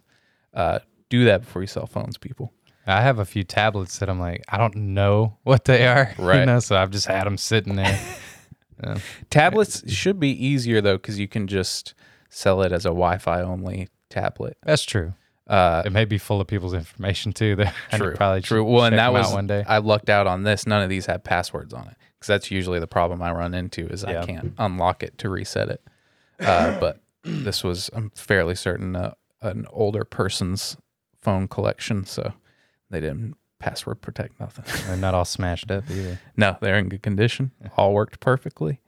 Uh, do that before you sell phones, people.
I have a few tablets that I'm like, I don't know what they are.
Right.
You know, so I've just had them sitting there.
Tablets should be easier though because you can just sell it as a Wi-Fi only tablet.
That's true.
Uh,
It may be full of people's information too. That I
true,
probably
true.
should
Well, and
check
that
'em out
was
one day.
I lucked out on this. None of these had passwords on it because that's usually the problem I run into is I
Yeah.
can't unlock it to reset it. Uh, but this was I'm fairly certain uh, an older person's phone collection, so they didn't password protect nothing.
They're not all smashed up either.
No, they're in good condition. All worked perfectly.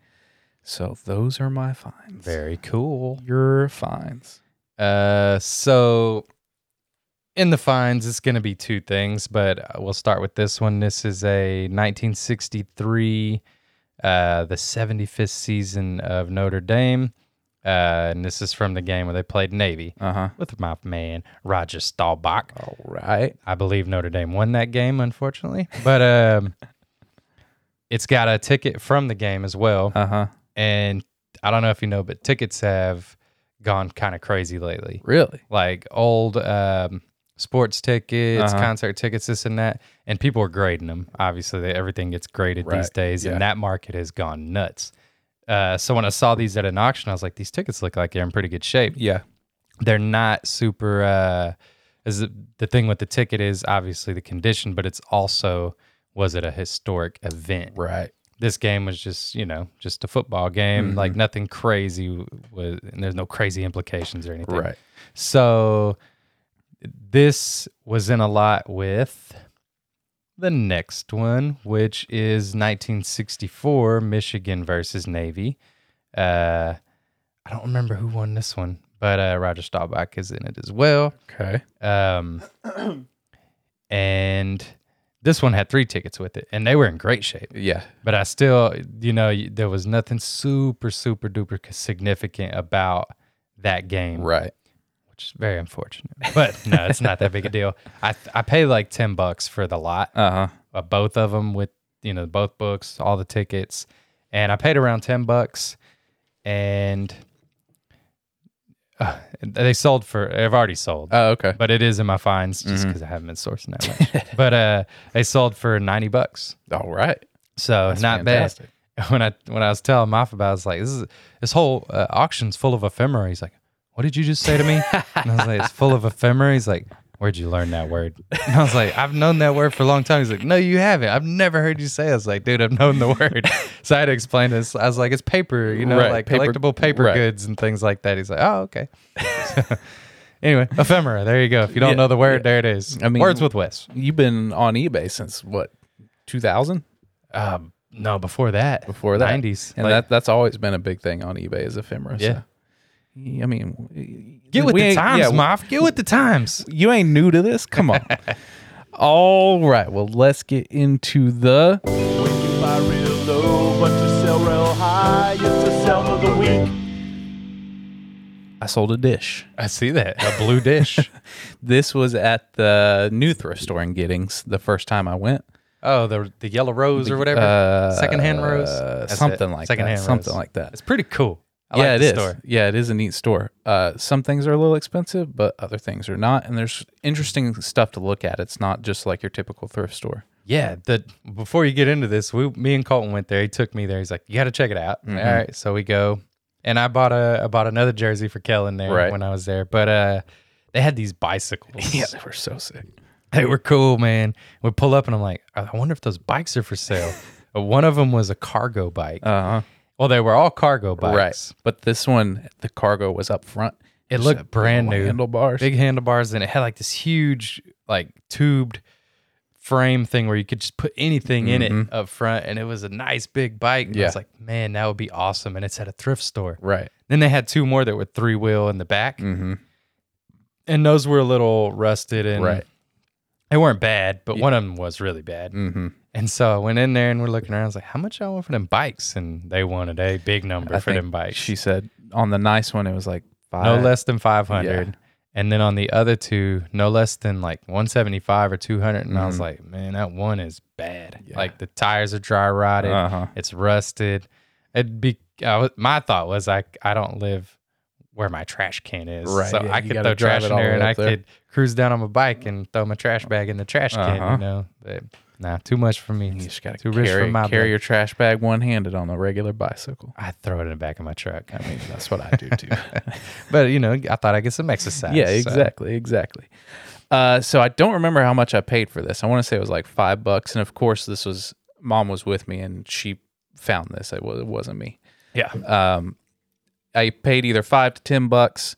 So those are my finds.
Very cool.
Your finds.
Uh, so in the fines, it's going to be two things, but uh, we'll start with this one. This is a 1963, uh, the 75th season of Notre Dame. Uh, and this is from the game where they played Navy
Uh huh.
with my man Roger Staubach.
All right.
I believe Notre Dame won that game, unfortunately, but um, it's got a ticket from the game as well.
Uh huh.
And I don't know if you know, but tickets have gone kind of crazy lately
Really?
like old um, sports tickets,
Uh-huh.
concert tickets, this and that, and people are grading them. Obviously, they, everything gets graded these
Right,
days,
yeah.
and that market has gone nuts. Uh, so when I saw these at an auction, I was like, "These tickets look like they're in pretty good shape.
Yeah.
They're not super." Uh, is the, the thing with the ticket is obviously the condition, but it's also was it a historic event?
Right.
This game was just you know just a football game, like
Mm-hmm.
nothing crazy was, and there's no crazy implications or anything.
Right.
So this was in a lot with the next one, which is 1964 Michigan versus Navy. Uh, I don't remember who won this one, but uh, Roger Staubach is in it as well.
Okay.
Um, and this one had three tickets with it, and they were in great shape.
Yeah.
But I still, you know, y- there was nothing super, super duper significant about that game
Right.
which is very unfortunate. But no, it's not that big a deal. I I pay like ten bucks for the lot,
Uh huh.
uh, both of them with you know both books, all the tickets, and I paid around ten bucks, and uh, They sold for. I've already sold,
Oh, okay.
but it is in my finds just because I haven't been sourcing that much. but uh, they sold for ninety bucks,
All right.
so not
fantastic.
bad. When I when I was telling Moff about, it, I was like, "This is this whole uh, auction's full of ephemera." He's like, "What did you just say to me?" and I was like, "It's full of ephemera." He's like, "Where'd you learn that word?" And I was like, "I've known that word for a long time." He's like, "No, you haven't. I've never heard you say." It. I was like, "Dude, I've known the word." so I had to explain this. I was like, "It's paper, you know,
Right,
like
paper-
collectible paper
right.
goods and things like that." He's like, "Oh, okay." Anyway, ephemera. There you go. If you don't
Yeah,
know the word, there it is.
I mean-
words with Wes.
You've been on eBay since what, 2000?
Um, no, before that.
Before that,
90s.
and
Like,
that that's always been a big thing on eBay is ephemera.
Yeah.
So. I mean,
get with
we
the
ain't-
times,
yeah,
Moff. Get with the times.
You ain't new to this. Come on. All right. Well, let's get into the.
buy real low, but you sell real high. It's the sell of the week.
I sold a dish.
I see that. A blue dish.
This was at the new thrift store in Giddings the first time I went.
oh, the the yellow rose or whatever.
Uh,
Secondhand rose.
uh,
That's
something
it.
like
Secondhand
that. Something
rose.
like that.
It's pretty cool. I
yeah,
like
it
the
is.
store.
Yeah, it is a neat store. Uh, some things are a little expensive, but other things are not. And there's interesting stuff to look at. It's not just like your typical thrift store.
Yeah. The before you get into this, we me and Colton went there. He took me there. He's like, you got to check it out.
Mm-hmm.
All right, so we go, and I bought a I bought another jersey for Kellen there
Right.
when I was there. But uh, they had these bicycles.
Yeah, they were so sick.
they were cool, man. We pull up and I'm like, I wonder if those bikes are for sale. Uh, One of them was a cargo bike.
Uh
well, they were all cargo
huh.
bikes.
Right. But this one, the cargo was up front.
It
Just
looked
had
brand
little
new.
Handlebars.
Big handlebars, and it had like this huge, like tubed frame thing where you could just put anything in it up front. And it was a nice big bike. And I
Mm-hmm. Yeah.
was like, man, that would be awesome. And it's at a thrift store.
Right.
Then they had two more that were three wheel in the back.
Mm.
And those were a little rusted and
Right.
they weren't bad, but one of them was really bad.
Mm-hmm.
And so I went in there and we're looking around. I was like, how much y'all want for them bikes? And they wanted a big number for them bikes.
She said on the nice one, it was like
no
five.
less than 500. And then on the other two, no less than like 175 or 200. And I
Mm-hmm.
was like, man, that one is bad. Like the tires are dry rotted,
Uh-huh.
it's rusted. It'd be, I wa- my thought was, I, I don't live where my trash can is.
Right,
So
yeah,
I
you
could
gotta
throw
drive
trash
it
in
all the
there and
way
I
up there.
could cruise down on my bike and throw my trash bag in the trash can,
Uh-huh.
you know? But nah, too much for me.
You just gotta
too rich for
carry,
my
carry
blood.
your trash bag one handed on a regular bicycle.
I throw it in the back of my truck. I mean,
That's what I do too.
but you know, I thought I'd get some exercise.
yeah,
so-
exactly, exactly. Uh, so I don't remember how much I paid for this. I want to say it was like five bucks, and of course, this was mom was with me, and she found this. It, was, it wasn't me.
Yeah.
Um, I paid either five to ten bucks.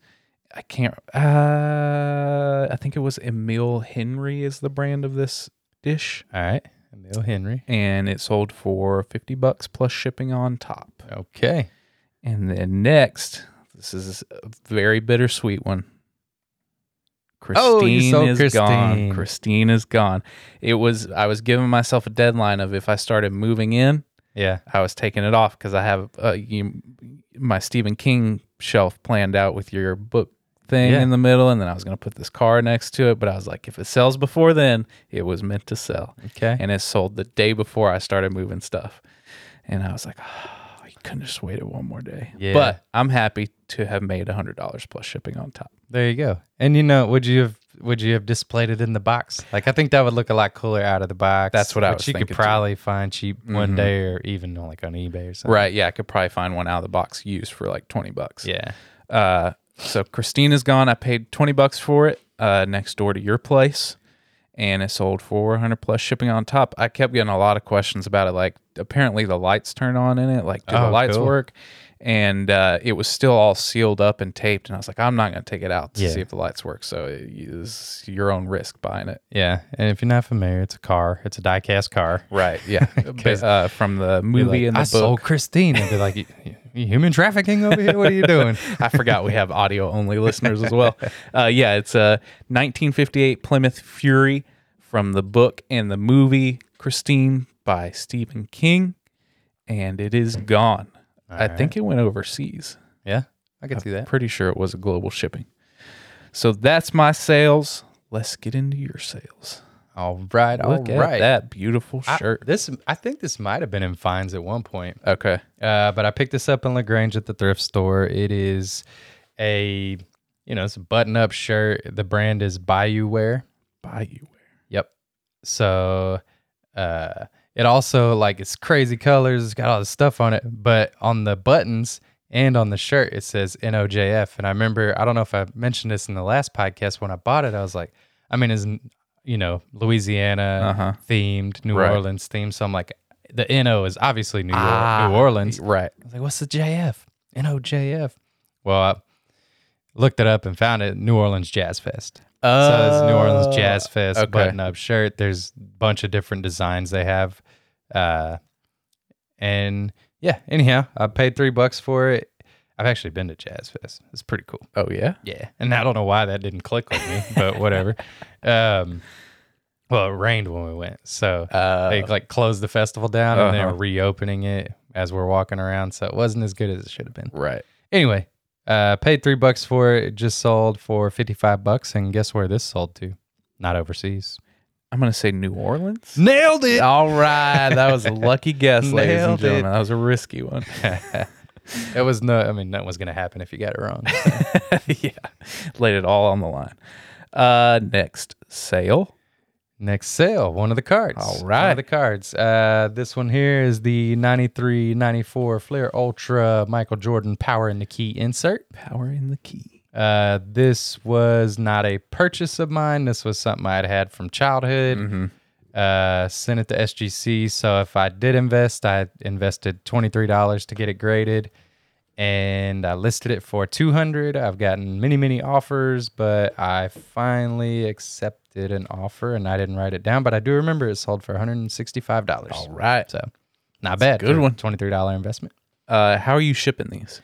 I can't. Uh, I think it was Emil Henry is the brand of this dish,
All right. Emil Henry.
and it sold for fifty bucks plus shipping on top.
Okay.
And then next, this is a very bittersweet one.
Oh, you
Christine
sold
is
Christine.
gone. Christine is gone. It was I was giving myself a deadline of if I started moving in,
Yeah.
I was taking it off because I have uh, you, my Stephen King shelf planned out with your book thing
Yeah.
in the middle, and then I was going to put this car next to it. But I was like, if it sells before then, it was meant to sell.
Okay.
And it sold the day before I started moving stuff, and I was like, oh, you couldn't have just waited one more day.
Yeah.
But I'm happy to have made hundred dollars plus shipping on top.
There you go. And you know, would you have would you have displayed it in the box? Like I think that would look a lot cooler out of the box.
That's what I
which
was
you
thinking,
could
too. Mm-hmm.
probably find cheap one day or even on, like on eBay or something.
Right? Yeah, I could probably find one out of the box used for like twenty bucks.
Yeah.
Uh, so Christina's gone. I paid twenty bucks for it uh, next door to your place, and it sold for hundred plus shipping on top. I kept getting a lot of questions about it. Like apparently the lights turn on in it. Like do
Oh,
the lights
cool.
work? And uh, it was still all sealed up and taped. And I was like, I'm not going to take it out to
Yeah.
see if the lights work. So it is your own risk buying it.
Yeah. And if you're not familiar, it's a car. It's a diecast car.
Right. Yeah. Ba- uh, from the
Be
movie
like,
and the
I
book.
sold Christine. And be like, "You- you human trafficking over here? What are you doing?
I forgot we have audio only listeners as well. Uh, yeah, it's a 1958 Plymouth Fury from the book and the movie Christine by Stephen King, and it is gone. I think it went overseas.
Yeah. I could see that.
Pretty sure it was global shipping. So that's my sales. Let's get into your sales.
All right. all
Look
right.
at that beautiful
I-
shirt.
this I think this might have been in fines at one point.
okay.
Uh, but I picked this up in Lagrange at the thrift store. It is a you know, it's a button up shirt. The brand is Bayou Wear.
Bayou.
Yep. So uh it also like it's crazy colors, it's got all this stuff on it, but on the buttons and on the shirt it says NOJF. And I remember I don't know if I mentioned this in the last podcast when I bought it, I was like, I mean, is you know, Louisiana
Uh-huh.
themed, New
Right.
Orleans themed. So I'm like the NO is obviously New, Or- New
Wear.
Orleans.
Ah, Right.
I was like, what's the JF? NOJF. Well, I looked it up and found it New Orleans Jazz Fest. so it's New Orleans Jazz Fest
Oh, okay.
button up shirt. There's a bunch of different designs they have. Uh, and yeah, anyhow, I paid three bucks for it. I've actually been to Jazz Fest. It's pretty cool.
Oh yeah.
Yeah. And I don't know why that didn't click with me, but whatever. Um, well, it rained when we went. So they like closed the festival down and they're
Uh-huh.
reopening it as we're walking around. So it wasn't as good as it should have been.
Right.
Anyway, uh, paid three bucks for it. It just sold for 55 bucks. And guess where this sold to? Not overseas.
I'm gonna say New Orleans.
Nailed it.
All right, that was a lucky guess, ladies and
Nailed it.
gentlemen. That was a risky one.
It was no, I mean, nothing was going to happen if you got it wrong.
yeah, laid it all on the line. Uh, next sale.
Next sale, one of the cards.
All
One
right.
of the cards. Uh, this one here is the 93 94 Flair Ultra Michael Jordan Power in the Key insert.
Power in the key.
Uh, this was not a purchase of mine. This was something I'd had from childhood.
Mm-hmm.
Uh, sent it to SGC. So if I did invest, I invested $23 to get it graded and I listed it for 200. I've gotten many, many offers, but I finally accepted an offer and I didn't write it down, but I do remember it sold for $165.
All right.
So not bad.
a good
for a
one.
$23 investment.
Uh, how are you shipping these?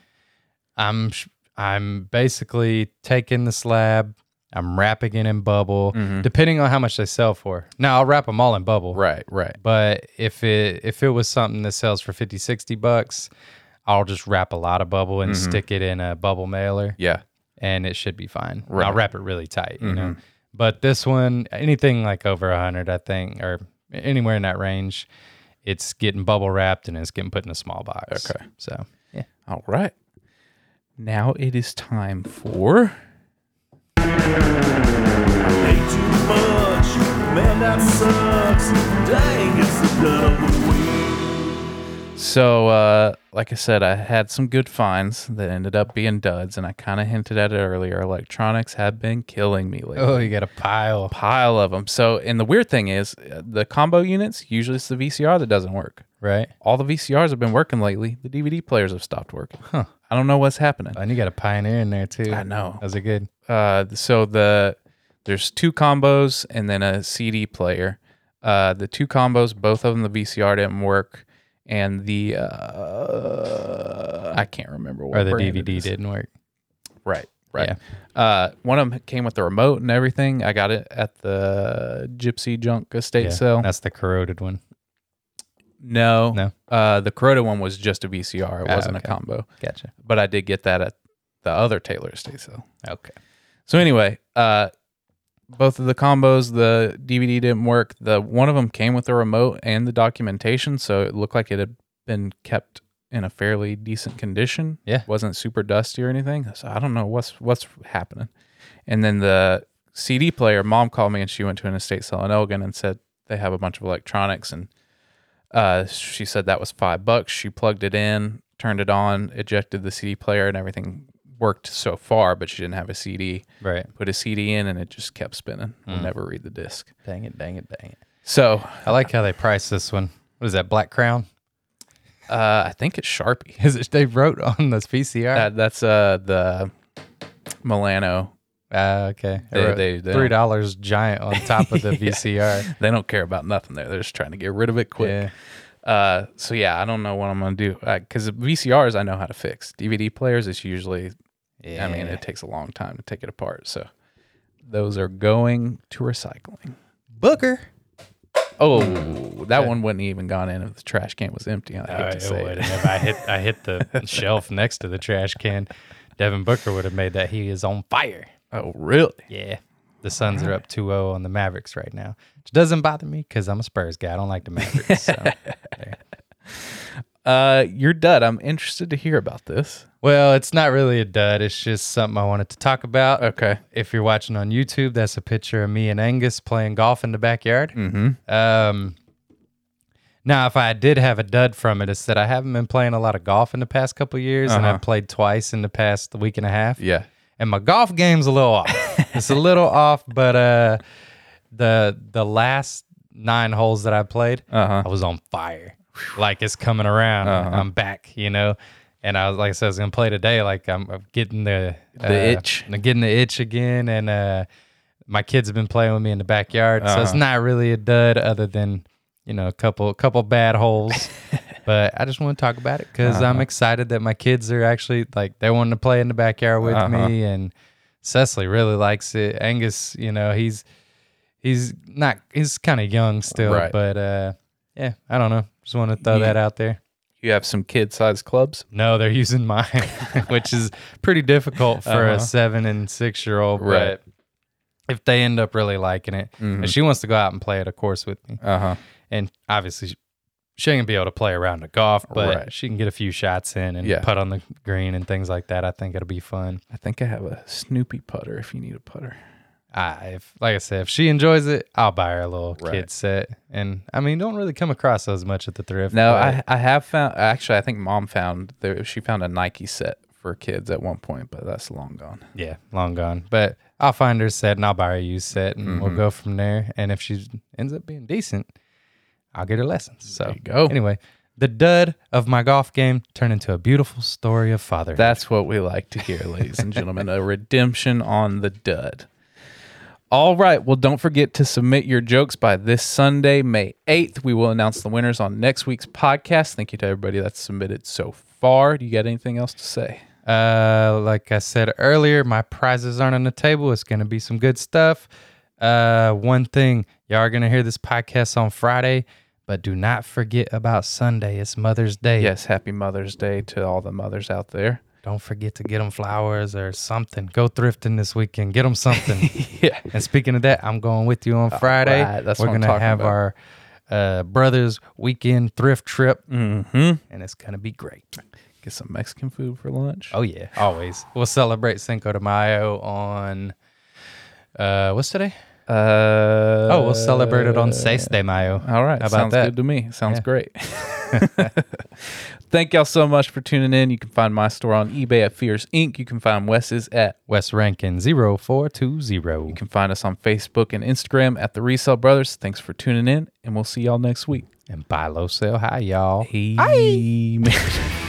I'm sh- I'm basically taking the slab. I'm wrapping it in bubble, depending on how much they sell for. Now I'll wrap them all in bubble,
Mm-hmm. Right, right.
But if it if it was something that sells for 50, 60 bucks, I'll just wrap a lot of bubble and stick it in a bubble mailer,
Mm-hmm. Yeah.
and it should be fine. I'll
Right. Mm-hmm.
wrap it really tight, you know. But this one, anything like over hundred, I think, or anywhere in that range, it's getting bubble wrapped and it's getting put in a small box.
Okay.
so yeah.
All right. Now it is time for
Pay too much, man, that sucks. Dang, it's the double week.
So, uh, like I said, I had some good finds that ended up being duds, and I kind of hinted at it earlier. Electronics have been killing me lately.
Oh, you got a pile.
Pile of them. So, and the weird thing is, uh, the combo units usually it's the VCR that doesn't work.
Right.
All the VCRs have been working lately. The DVD players have stopped working. Huh. I don't know what's happening.
And you got a pioneer in there too.
I know.
Those are good.
Uh, so the there's two combos and then a CD player. Uh, the two combos, both of them, the VCR didn't work, and the uh, I can't remember what
Or the
brand it
DVD
is.
didn't work.
Right, right. Uh, one of them came with the remote and everything. I got it at the Gypsy Junk Estate
Yeah.
sale.
That's the corroded one.
No,
No.
Uh, the Corona one was just a VCR. It
Ah,
wasn't
okay.
a combo,
Gotcha.
but I did get that at the other Taylor Estate sale.
Okay.
So anyway, uh, both of the combos, the DVD didn't work. The one of them came with the remote and the documentation, so it looked like it had been kept in a fairly decent condition.
Yeah.
wasn't super dusty or anything. So I don't know what's what's happening. And then the CD player, mom called me and she went to an estate sale in Elgin and said they have a bunch of electronics and uh, she said that was five bucks. She plugged it in, turned it on, ejected the CD player, and everything worked so far, but she didn't have a CD
Right.
put a CD in and it just kept spinning. We'll never read the disc.
Dang it, dang it, dang it.
So
I like how they priced this one. What is that? Black Crown?
uh, I think it's Sharpie.
Is it they wrote on this VCR?
That, that's uh, the Milano.
Ah, okay.
They-
wrote
they- they
three dollars giant on top of the VCR.
They don't care about nothing there. They're just trying to get rid of it quick.
Yeah.
Uh, so yeah, I don't know what I'm gonna do Uh, because VCRs I know how to fix. DVD players, it's usually I mean it takes a long time to take it apart. So those are going to recycling.
Booker.
Oh, that one wouldn't even gone in if the trash can was empty. I hate
I,
to say it.
I hit I hit the shelf next to the trash can. Devin Booker would have made that. He is on fire.
Oh, really?
Yeah. The Suns are up 2-0 on the Mavericks right now, which doesn't bother me because I'm a Spurs guy. I don't like the Mavericks. So.
Uh, you're dud. I'm interested to hear about this.
Well, it's not really a dud. It's just something I wanted to talk about.
Okay.
If you're watching on YouTube, that's a picture of me and Angus playing golf in the backyard. Mm-hmm. Um, now, if I did have a dud from it, it's that I haven't been playing a lot of golf in the past couple years, and I've played twice in the past week and a half.
Yeah.
and my golf game's a little off. it's a little off, but uh, the the last nine holes that I played,
Uh-huh.
I was on fire. Like it's coming around. I'm back, you know. And I was like I said, I was gonna play today. Like I'm, I'm getting the uh,
The itch.
I'm getting the itch again. And uh, my kids have been playing with me in the backyard, so
Uh-huh.
it's not really a dud, other than you know a couple couple bad holes. but I just want to talk about it because
Uh-huh.
I'm excited that my kids are actually like they're wanting to play in the backyard with me,
Uh-huh.
and Cecily really likes it. Angus, you know, he's he's not he's kind of young still,
Right.
but uh, yeah, I don't know. Just want to throw that out there.
You have some kid sized clubs.
No, they're using mine, which is pretty difficult for a seven and six year old.
Uh-huh. Right. Mm-hmm.
But if they end up really liking it, and she wants to go out and play it, of course, with me.
Uh huh.
And obviously, she- she ain't gonna be able to play around the golf, but
Right.
she can get a few shots in and
Yeah.
putt on the green and things like that. I think it'll be fun.
I think I have a Snoopy putter. If you need a putter.
I, if, like I said, if she enjoys it, I'll buy her a little
Right.
kid set. And I mean, don't really come across those much at the thrift.
No,
but-
I I have found actually I think mom found there she found a Nike set for kids at one point, but that's long gone.
Yeah, long gone. But I'll find her set and I'll buy her a used set and
Mm-hmm.
we'll go from there. And if she ends up being decent, I'll get her lessons. So
you go.
Anyway, the dud of my golf game turned into a beautiful story of fatherhood.
That's what we like to hear, ladies and gentlemen. A redemption on the dud. All right. Well, don't forget to submit your jokes by this Sunday, May 8th. We will announce the winners on next week's podcast. Thank you to everybody that's submitted so far. Do you got anything else to say?
Uh, like I said earlier, my prizes aren't on the table. It's gonna be some good stuff. Uh, one thing y'all are gonna hear this podcast on Friday, but do not forget about Sunday. It's Mother's Day.
Yes. Happy Mother's Day to all the mothers out there.
Don't forget to get them flowers or something. Go thrifting this weekend. Get them something.
Yeah.
And speaking of that, I'm going with you on Friday.
right, that's
We're
what I'm
gonna
talking
have
about.
our uh, brothers weekend thrift trip,
Mm-hmm.
and it's gonna be great.
Get some Mexican food for lunch.
Oh yeah, always. We'll celebrate Cinco de Mayo on uh, what's today?
Uh,
Oh, we'll celebrate it on Seis de Mayo.
All right.
How about
Sounds
that?
good to me. Sounds great. Thank y'all so much for tuning in. You can find my store on eBay at Fierce Inc. You can find Wes's at.
West Rankin 0420.
You can find us on Facebook and Instagram at The Resell Brothers. Thanks for tuning in, and we'll see y'all next week.
And buy low, sell high, y'all.
Amen.